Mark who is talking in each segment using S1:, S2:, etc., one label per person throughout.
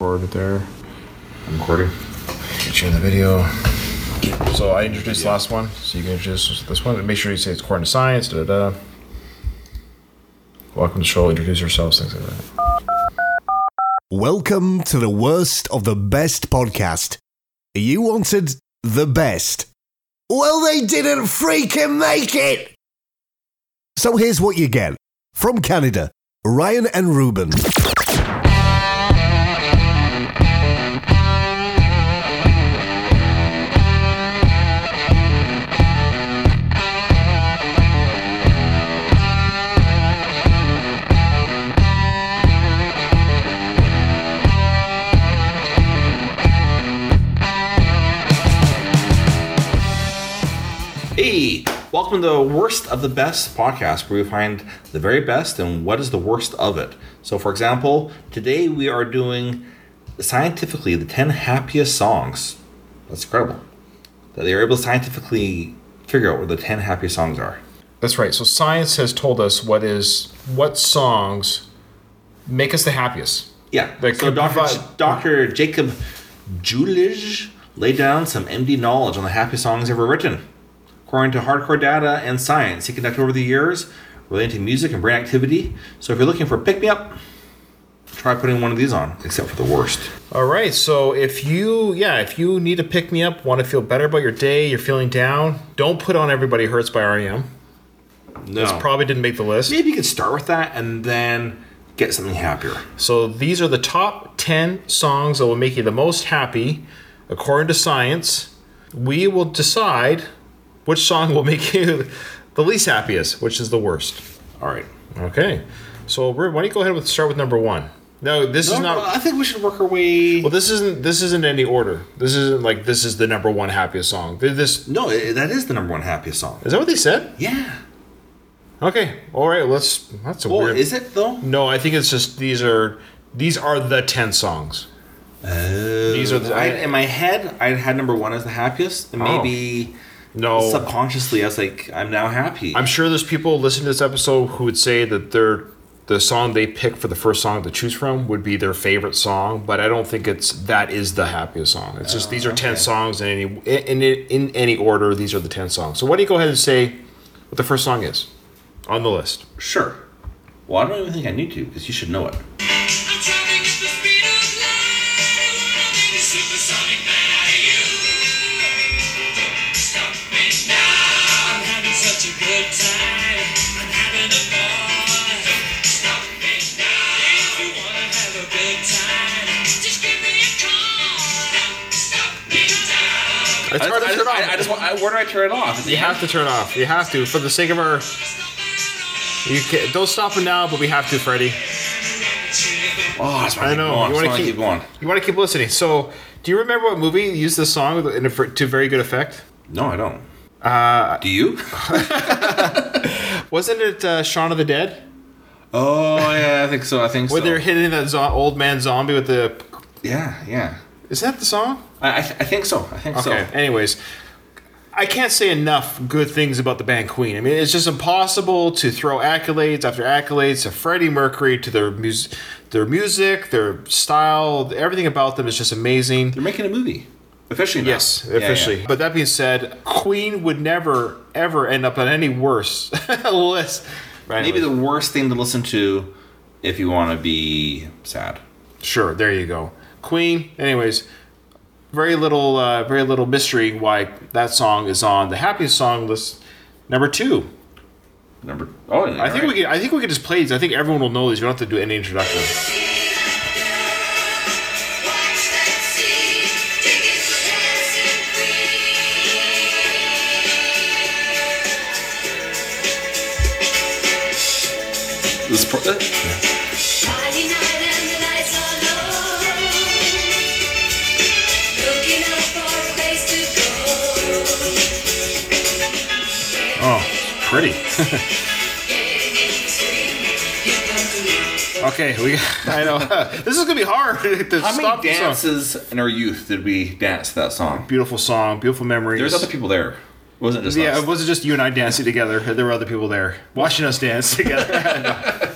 S1: forward there. I'm recording.
S2: Get you in the video. So I introduced the last one, so you can introduce this one. Make sure you say it's according to science. Da da da. Welcome to the show. Introduce yourselves, things like that.
S3: Welcome to the worst of the best podcast. You wanted the best. Well, they didn't freaking make it! So here's what you get from Canada Ryan and Ruben.
S4: Hey, welcome to the Worst of the Best podcast, where we find the very best and what is the worst of it. So, for example, today we are doing scientifically the 10 happiest songs. That's incredible. That they are able to scientifically figure out what the 10 happiest songs are.
S2: That's right. So science has told us what is what songs make us the happiest.
S4: Yeah.
S2: That
S4: so
S2: could
S4: Dr.
S2: provide-
S4: Dr. Jacob Julij laid down some MD knowledge on the happiest songs ever written. According to hardcore data and science he conducted over the years relating to music and brain activity. So if you're looking for pick me up, try putting one of these on, except for the worst.
S2: All right. So if you, yeah, if you need to pick me up, want to feel better about your day, you're feeling down, don't put on "Everybody Hurts" by REM.
S4: No.
S2: This probably didn't make the list.
S4: Maybe you could start with that and then get something happier.
S2: So these are the top 10 songs that will make you the most happy according to science. We will decide which song will make you the least happiest, which is the worst.
S4: All right.
S2: Okay. So Rube, why don't you go ahead with start with number 1. No, this is
S4: No,
S2: not
S4: I think we should work our way.
S2: Well, this isn't this isn't any order. This isn't like this is the number 1 happiest song. Th- This
S4: No, i- that is the number one happiest song.
S2: Is that what they said?
S4: Yeah.
S2: Okay. All right, let's that's a
S4: Well,
S2: weird.
S4: is it though?
S2: no, I think it's just these are these are the 10 songs.
S4: These
S2: are the-
S4: Oh. I, in my head. I had number one as the happiest, and
S2: Oh.
S4: maybe
S2: No.
S4: subconsciously I was like, I'm now happy.
S2: I'm sure there's people listening to this episode who would say that their the song they pick for the first song to choose from would be their favorite song, but I don't think it's that is the happiest song. It's just these are ten songs in any in, in in any order. These are the ten songs. So why don't you go ahead and say what the first song is on the list?
S4: sure. Well, I don't even think I need to because you should know it.
S5: I'm driving at the speed of light. I wanna be the supersonic man out of you. Don't stop me now. I'm having such a good time. I'm having a ball. Don't stop me now. If you wanna have a good time, just give me a call. Don't stop me now.
S2: It's
S4: I
S2: hard
S4: just, I
S2: to turn
S4: just, I, I
S2: off.
S4: just want, I, where do I turn it off?
S2: You have to turn off. You have to for the sake of our. You can, don't stop it now, but we have to, Freddie.
S4: Oh, that's why
S2: I know. You
S4: You
S2: wanna
S4: want to
S2: keep-
S4: keep going?
S2: You want to keep listening. So, do you remember what movie used this song in a, for- to very good effect?
S4: No, I don't. Uh, do you?
S2: Wasn't it uh, Shaun of the Dead?
S4: oh yeah, I think so. I think
S2: Where
S4: so.
S2: they're hitting that zo- old man zombie with the.
S4: yeah, yeah.
S2: Is that the song?
S4: I, I, th- I think so. I think
S2: Okay.
S4: so.
S2: Anyways, I can't say enough good things about the band Queen. I mean, it's just impossible to throw accolades after accolades to Freddie Mercury, to their music, their music, their style, everything about them is just amazing.
S4: They're making a movie officially. Now.
S2: Yes,
S4: Yeah, yeah.
S2: officially. But that being said, Queen would never ever end up on any worse list. Right,
S4: Maybe the worst thing to listen to if you want to be sad.
S2: Sure, there you go. Queen. Anyways, very little, uh, very little mystery why that song is on the happiest song list, number two.
S4: Number. Oh,
S2: I think we can. I think we can just play these. I think everyone will know these. We don't have to do any introduction.
S5: Watch that sea. Take it dancing
S4: This pro- uh,
S5: Friday night and the lights are low. Looking up for a place to go.
S4: Oh,
S2: Pretty. okay, we. I know this is gonna be hard to
S4: How many
S2: stop the song.
S4: dances in our youth did we dance to that song?
S2: Beautiful song, beautiful memories.
S4: There's other people there. It wasn't just
S2: yeah,
S4: us.
S2: it wasn't just you and I dancing together. There were other people there watching us dance together.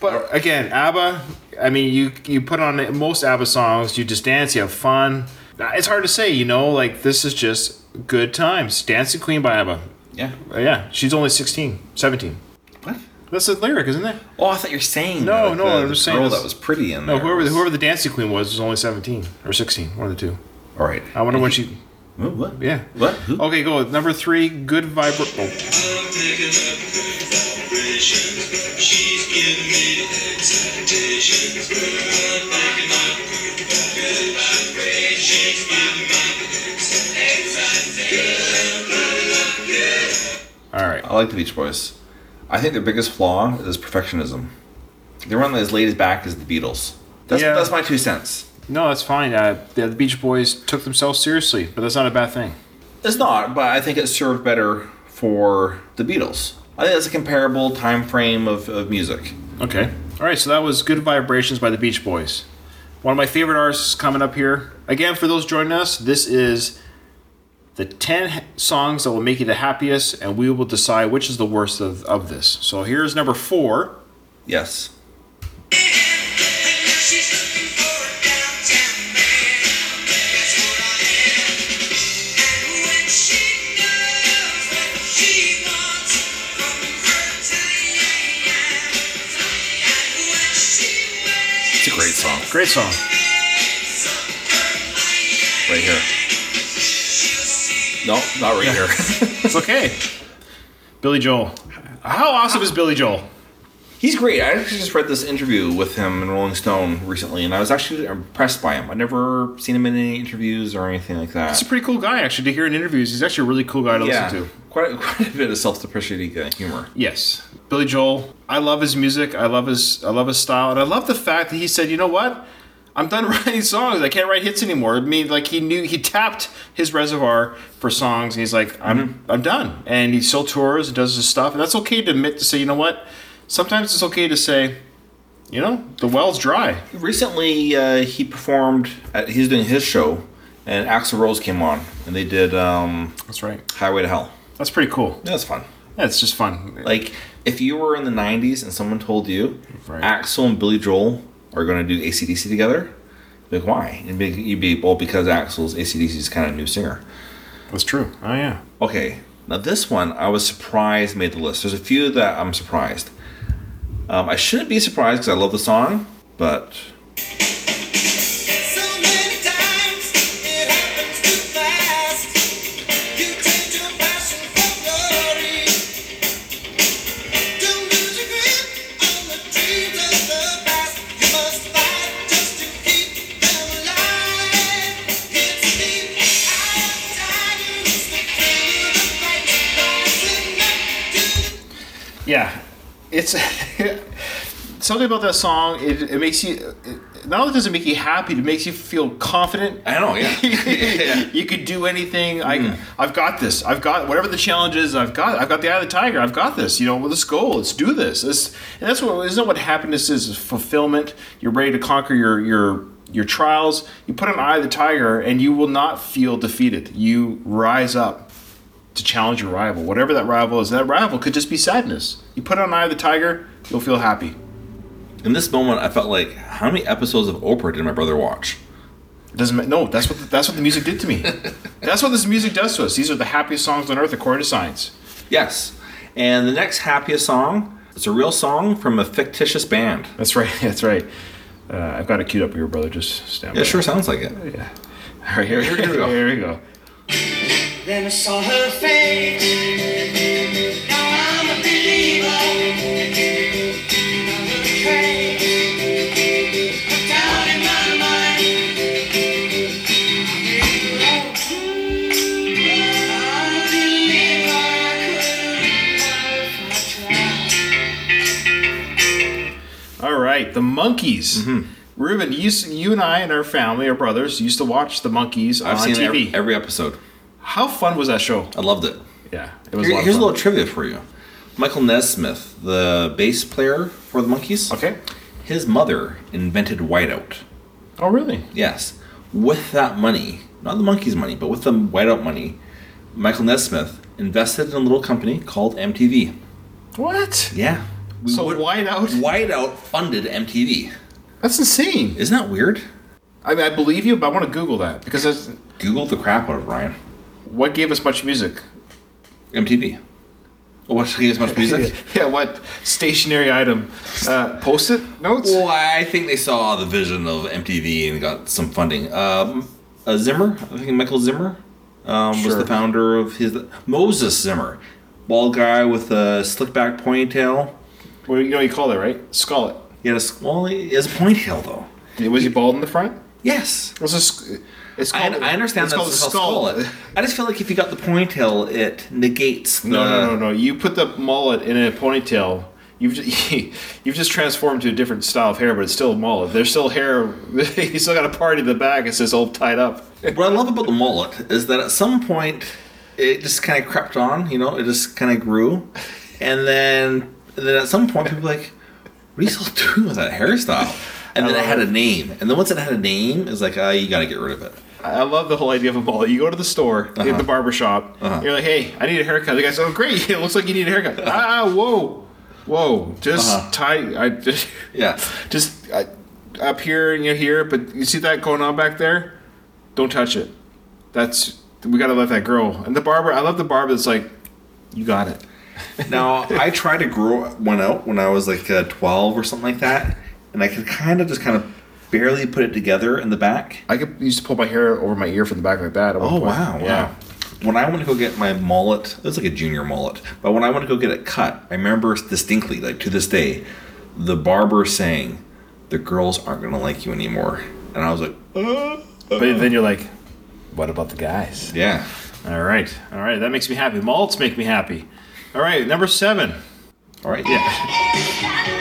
S2: but again, ABBA, I mean, you you put on most ABBA songs, you just dance, you have fun. Uh, It's hard to say, you know. Like this is just good times. Dancing Queen by ABBA.
S4: Yeah.
S2: Uh, Yeah, she's only 16, 17.
S4: What?
S2: That's the lyric, isn't it?
S4: Oh, I thought you were saying
S2: No,
S4: that
S2: no,
S4: the,
S2: I'm
S4: the
S2: just saying
S4: girl
S2: this-
S4: that was pretty in
S2: No,
S4: there.
S2: whoever
S4: was-
S2: whoever the dancing queen was was only 17 or 16, one of the two.
S4: All right.
S2: I wonder when she.
S4: Whoa, what?
S2: Oh, Yeah. Oh.
S4: What? Who?
S2: Okay, go with number three. Good vibra. Oh.
S5: I'm picking up good vibrations. She's giving me excitations. I'm picking up good vibrations. She's giving me
S2: Oh. All right.
S4: I like the Beach Boys. I think their biggest flaw is perfectionism. They run as laid back as the Beatles. That's,
S2: Yeah.
S4: that's my two cents.
S2: No, that's fine. Uh, the the Beach Boys took themselves seriously, but that's not a bad thing.
S4: It's not, but I think it served better for the Beatles. I think that's a comparable time frame of, of music.
S2: Okay. All right, so that was Good Vibrations by the Beach Boys. One of my favorite artists coming up here. Again, for those joining us, this is the 10 ha- songs that will make you the happiest, and we will decide which is the worst of, of this. So here's number four.
S4: Yes.
S5: And now she's looking for a downtown man. That's what I am. And when she knows what she wants from her time, and when she
S4: It's a great song.
S2: Great song.
S5: waits on her
S4: Right here.
S5: she'll see
S4: No, not right here.
S2: It's okay. Billy Joel. How awesome is Billy Joel?
S4: He's great. I actually just read this interview with him in Rolling Stone recently, and I was actually impressed by him. I've never seen him in any interviews or anything like that.
S2: He's a pretty cool guy, actually, to hear in interviews. He's actually a really cool guy to
S4: yeah,
S2: listen to.
S4: quite a, quite a bit of self-depreciating uh, humor.
S2: Yes, Billy Joel. I love his music. I love his. I love his style, and I love the fact that he said, "You know what? I'm done writing songs. I can't write hits anymore." I mean, like he knew he tapped his reservoir for songs, and he's like, "I'm I'm done." And he still tours and does his stuff, and that's okay to admit to say, "You know what? Sometimes it's okay to say." You know, the well's dry.
S4: Recently, uh, he performed. At, he's doing his show, and Axl Rose came on, and they did um,
S2: That's right.
S4: "Highway to Hell."
S2: That's pretty cool.
S4: That's fun.
S2: Yeah, it's just fun.
S4: Like if you were in the '90s and someone told you
S2: Right.
S4: Axel and Billy Joel are going to do ACDC together, you'd be like why? You'd be, you'd be well because Axel's ACDC's kind of new singer.
S2: That's true. Oh yeah.
S4: Okay, now this one I was surprised made the list. There's a few that I'm surprised. Um, I shouldn't be surprised because I love the song, but
S5: so many times it happens too fast. You take your passion for glory. Don't lose your grip on the dreams of the past. You must fight just to keep them alive. It's deep out of time. It's the thrill of the fight. Rising up to the
S2: yeah it's something about that song it, it makes you it, not only does it make you happy it makes you feel confident
S4: I don't know. Yeah,
S2: you could do anything I, i've got this i've got whatever the challenge is i've got i've got the eye of the tiger i've got this you know well, let's go let's do this this and that's what isn't that what happiness is, is fulfillment you're ready to conquer your your your trials you put an eye of the tiger and you will not feel defeated you rise up to challenge your rival. Whatever that rival is, that rival could just be sadness. You put on Eye of the Tiger, you'll feel happy.
S4: in this moment I felt like how many episodes of Oprah did my brother watch?
S2: It doesn't matter. No, that's what the, that's what the music did to me. that's what this music does to us. These are the happiest songs on earth, according to science.
S4: Yes, and the next happiest song it's a real song from a fictitious band.
S2: That's right. That's right. Uh, I've got it queued up here, brother. Just stand by.
S4: It sure sounds like it.
S2: All right, here,
S4: Here we go.
S2: Here we go.
S5: Then I saw her face. Now I'm a believer. Now I'm afraid. I'm down in my mind. I'm a believer. I could if I tried.
S2: All right, the monkeys.
S4: Mm-hmm.
S2: Ruben, you, s- you and I and our family, our brothers, used to watch the monkeys
S4: I've
S2: on
S4: seen
S2: TV.
S4: every, every episode.
S2: How fun was that show?
S4: I loved it.
S2: Yeah, it was.
S4: Here-
S2: a lot of
S4: here's a
S2: fun.
S4: little trivia for you. Michael Nesmith, the bass player for the Monkees,
S2: Okay.
S4: his mother invented whiteout.
S2: Oh, really?
S4: Yes. With that money, not the Monkees' money, but with the whiteout money, Michael Nesmith invested in a little company called MTV.
S2: What?
S4: Yeah. We
S2: So
S4: would-
S2: wide out.
S4: Whiteout funded MTV.
S2: That's insane.
S4: Isn't that weird?
S2: I mean, I believe you, but I want to Google that because that's
S4: Google the crap out of Ryan.
S2: what gave us much music.
S4: MTV. What gave us much music?
S2: yeah, what stationary item? Uh, Post-it notes.
S4: Well, I think they saw the vision of MTV and got some funding. Um, uh, Zimmer, I think Michael Zimmer um, was the founder of his Moses Zimmer, bald guy with a slick back ponytail.
S2: Well, you know what you call that, right? Skull it.
S4: He had a s- well, he has a ponytail though.
S2: Yeah, Was he bald in the front?
S4: Yes,
S2: What's a sk- it's
S4: I,
S2: called,
S4: I understand
S2: it's
S4: that's
S2: called a
S4: skull.
S2: skull.
S4: It. I just feel like if you got the ponytail, it negates. The,
S2: No, no, no, no. You put the mullet in a ponytail. You've just, you've just transformed to a different style of hair, but it's still a mullet. There's still hair. You still got a part in the back. It's just all "Oh, tied up.
S4: What I love about the mullet is that at some point it just kind of crept on, you know, it just kind of grew, and then and then at some point people were like, what are you still doing with that hairstyle? And then it had a name, and then once it had a name, it's like, ah, you got to get rid of it.
S2: I love the whole idea of a mullet. You go to the store, you hit the barber shop. You're like, hey, I need a haircut. The guy says, oh, great. It looks like you need a haircut. ah, whoa, whoa. Just tie. I just.
S4: Yeah,
S2: just uh, up here and you're here, but you see that going on back there? Don't touch it. That's we gotta let that grow. And the barber, I love the barber that's like, you got it.
S4: Now, I tried to grow one out when I was like uh, 12 or something like that, and I could kind of just kind of barely put it together in the back.
S2: I could used to pull my hair over my ear from the back like that. at one
S4: Oh,
S2: point.
S4: wow,
S2: Yeah.
S4: wow. When I went to go get my mullet, it was like a junior mullet, but when I went to go get it cut, I remember distinctly, like to this day, the barber saying, The girls aren't going to like you anymore. And I was like,
S2: But then you're like, what about the guys?
S4: Yeah.
S2: All right, all right, that makes me happy. Malts make me happy. All right, number seven.
S4: All right. Yeah.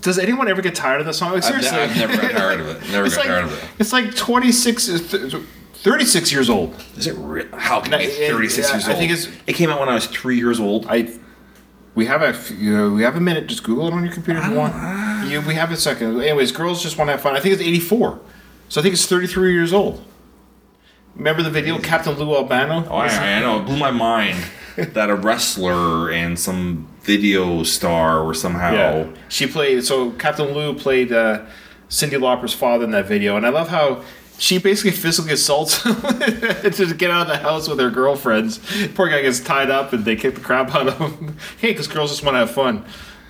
S2: Does anyone ever get tired of this song? Like,
S4: I've,
S2: seriously,
S4: I've never got tired of it. Never
S2: it's
S4: got tired
S2: like
S4: of it.
S2: it's like 26, is th- 36 years old.
S4: Is it real? How can
S2: No,
S4: I be
S2: it-
S4: 36
S2: yeah,
S4: years
S2: I
S4: old?
S2: think it's-
S4: it came out when I was three years old.
S2: I we have a f- you know, we have a minute. Just Google it on your computer if you want. You, we have a second. Anyways, girls just want to have fun. I think it's eighty four, so I think it's thirty three years old. Remember the video Captain Lou Albano?
S4: Oh, I, I know. It blew my mind that a wrestler and some video star were somehow.
S2: Yeah. She played so Captain Lou played uh, Cindy Lauper's father in that video, and I love how she basically physically assaults him to get out of the house with her girlfriends. Poor guy gets tied up and they kick the crap out of him. hey, because girls just want to have fun.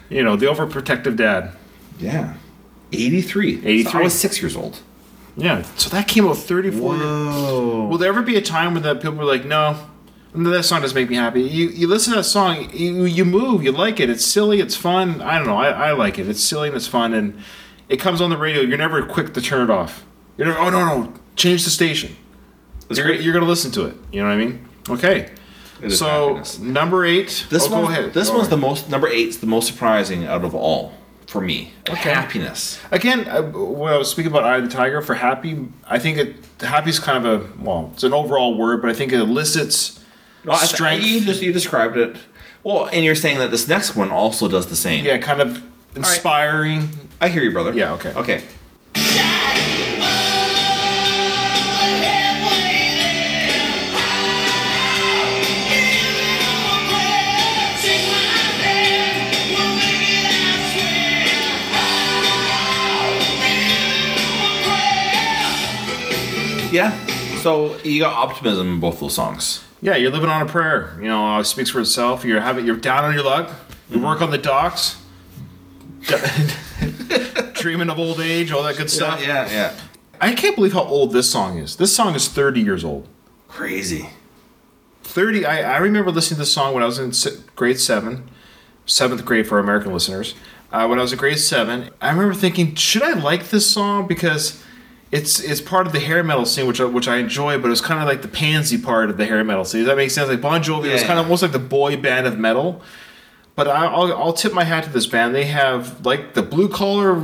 S2: You know, the overprotective dad.
S4: Yeah. 83. So
S2: 83.
S4: I was six years old.
S2: Yeah, so that came out 34 years. Will there ever be a time when that people were like, no, no, that song doesn't make me happy? You you listen to that song, you, you move, you like it, it's silly, it's fun. I don't know, I, I like it. It's silly and it's fun, and it comes on the radio. You're never quick to turn it off. You're never, oh, no, no, change the station. You're, you're going to listen to it. You know what I mean? Okay.
S4: is
S2: So,
S4: happiness.
S2: number eight.
S4: This
S2: oh,
S4: one,
S2: go ahead.
S4: this
S2: Go
S4: one's
S2: ahead.
S4: the most number eight's the most surprising out of all for me. Happiness.
S2: Again, I, when I was speaking about Eye of the Tiger for happy, I think it happy's kind of a well, it's an overall word, but I think it elicits
S4: Well, I-
S2: strength.
S4: You just you described it. Well, and you're saying that this next one also does the same.
S2: yeah, kind of inspiring.
S4: I hear you, brother.
S2: Yeah, okay.
S4: Okay. Yeah. So you got optimism in both those songs.
S2: Yeah, you're living on a prayer. You know, uh, speaks for itself. You're having you're down on your luck. You work on the docks. Dreaming of old age, all that good stuff.
S4: yeah, yeah.
S2: I can't believe how old this song is. This song is 30 years old.
S4: Crazy.
S2: 30 I, I remember listening to this song when i was in se- grade 7 7th grade for our american listeners uh, when i was in grade 7 i remember thinking should i like this song because it's it's part of the hair metal scene which I, which i enjoy but it's kind of like the pansy part of the hair metal scene Does that make sense like bon jovi was
S4: Yeah.
S2: kind of almost like the boy band of metal but I, I'll, I'll tip my hat to this band they have like the blue collar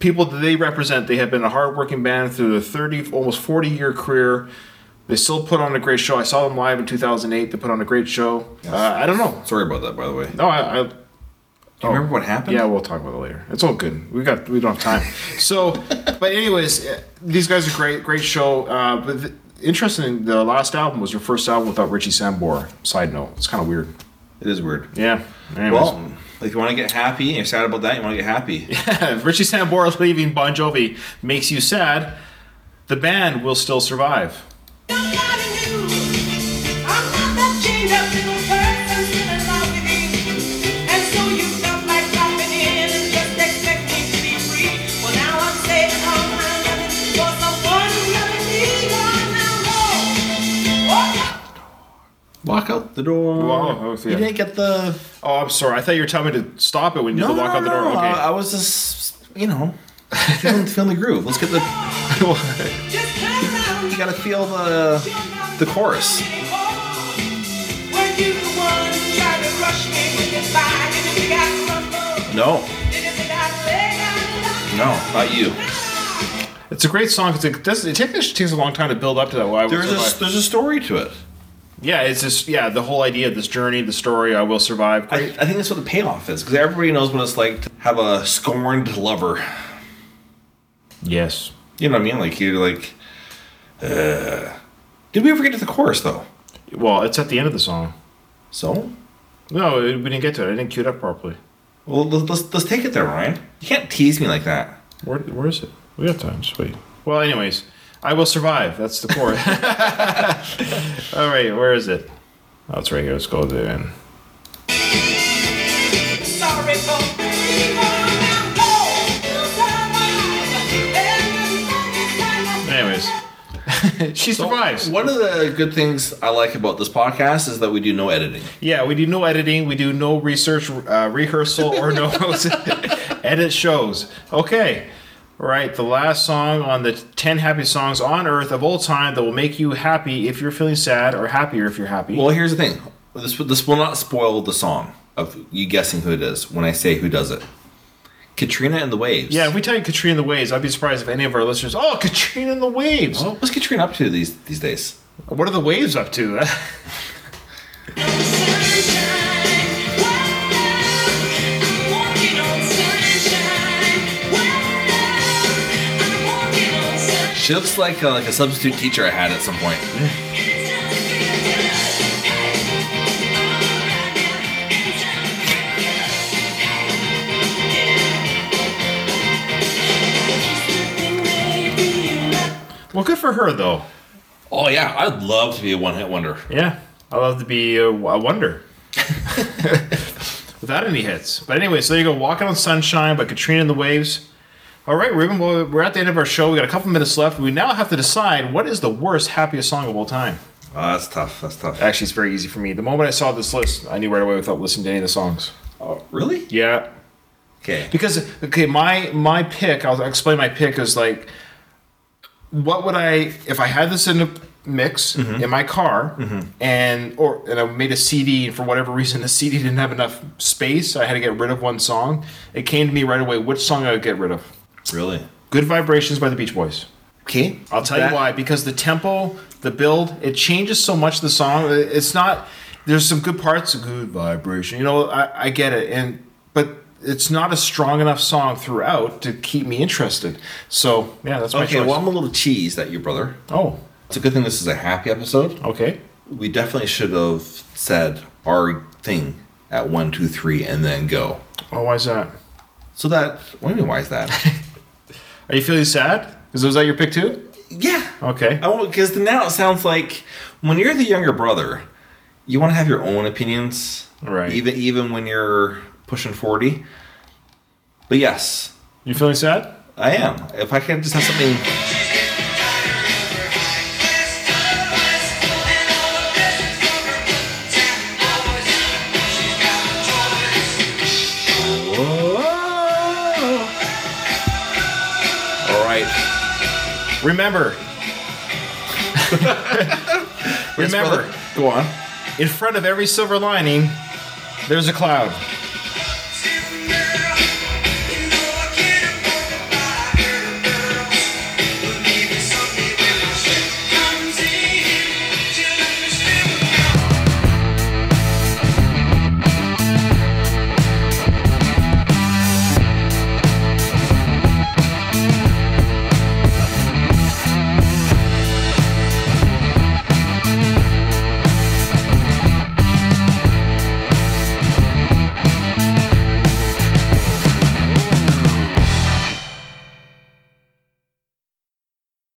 S2: people that they represent they have been a hardworking band through their 30 almost 40 year career they still put on a great show. I saw them live in 2008. They put on a great show. Uh, I don't know.
S4: Sorry about that, by the way.
S2: No, I, I
S4: Do you remember what happened?
S2: Yeah, we'll talk about it later. It's all good. We got we don't have time. So, but anyways, uh, these guys are great. Great show. Uh, but the, interesting. The last album was your first album without Richie Sambor. Side note, it's kind of weird.
S4: It is weird.
S2: Yeah. Anyways.
S4: Well, if you want to get happy and you're sad about that, you want to get happy.
S2: If Richie Sambora leaving Bon Jovi makes you sad, the band will still survive.
S5: oh, Oh,
S4: Walk out oh, the door.
S2: Wow, yeah.
S4: You didn't get the.
S2: Oh, I'm sorry. I thought you were telling me to stop it when you had to walk out the door.
S4: no.
S2: Okay.
S4: I, I was just, you know, feeling, feeling the groove. Let's get the. You gotta feel the.
S5: the chorus.
S4: No,
S5: No.
S4: no, not you.
S2: it's a great song. It's a, it, doesn't- it takes, it takes a long time to build up to that. Why I Will
S4: There's
S2: Survive.
S4: a there's a story to it.
S2: yeah, it's just yeah the whole idea of this journey, the story. I will survive.
S4: I,
S2: Great.
S4: I think that's what the payoff is because everybody knows what it's like to have a scorned lover.
S2: yes.
S4: You know what I mean? Like you're like. Uh, did we ever get to the chorus though?
S2: Well, it's at the end of the song.
S4: So,
S2: No, we didn't get to it. I didn't cue it up properly.
S4: well, let's let's, let's take it there, Ryan. You can't tease me like that.
S2: Where, where is it? We got time. Sweet. Well, anyways, I will survive. That's the chorus. All right, where is it? Oh, it's right here. Let's go there. And anyways, she survives.
S4: One of the good things I like about this podcast is that we do no editing.
S2: Yeah, we do no editing. We do no research, uh, rehearsal, or no edit shows. Okay. All right. The last song on the 10 happy songs on earth of all time that will make you happy if you're feeling sad or happier if you're happy.
S4: Well, here's the thing. This this will not spoil the song of you guessing who it is when I say who does it. Katrina and the Waves.
S2: yeah, if we tell you Katrina and the Waves, I'd be surprised if any of our listeners, oh, Katrina and the Waves.
S4: Well, what's Katrina up to these these days?
S2: What are the waves up to?
S4: She looks like a, like a substitute teacher I had at some point.
S2: well, good for her, though.
S4: Oh yeah, I'd love to be a one hit wonder.
S2: Yeah, I love to be a, a wonder. Without any hits. But anyway, so there you go. Walking on Sunshine by Katrina and the Waves. All right, Ruben, well, we're at the end of our show. We got a couple minutes left. We now have to decide what is the worst, happiest song of all time.
S4: Oh, that's tough. That's tough.
S2: Actually, it's very easy for me. The moment I saw this list, I knew right away without listening to any of the songs.
S4: Oh, really?
S2: Yeah,
S4: Okay.
S2: because okay my my pick i'll explain my pick is like what would i if i had this in a mix in my car and or and i made a cd and for whatever reason the cd didn't have enough space i had to get rid of one song it came to me right away which song i would get rid of
S4: Really?
S2: good vibrations by the beach boys
S4: Okay.
S2: I'll tell
S4: That-
S2: you why. Because the tempo, the build, it changes so much. The song, it's not. There's some good parts, good vibration. You know, I, I get it, and but it's not a strong enough song throughout to keep me interested. So yeah, that's my
S4: Okay.
S2: choice.
S4: Well, I'm a little cheesed at you, brother.
S2: oh,
S4: It's a good thing this is a happy episode.
S2: okay.
S4: We definitely should have said our thing at one, two, three, and then go.
S2: Oh, why's that?
S4: So that. What do you mean? Why is that?
S2: Are you feeling sad? Is was that your pick too?
S4: yeah.
S2: Okay.
S4: I won't because now it sounds like when you're the younger brother, you want to have your own opinions,
S2: Right.
S4: Even even when you're pushing forty. But yes,
S2: You feeling sad?
S4: I am. If I can just have something. All right.
S2: Remember. Remember,
S4: Go on.
S2: in front of every silver lining, there's a cloud.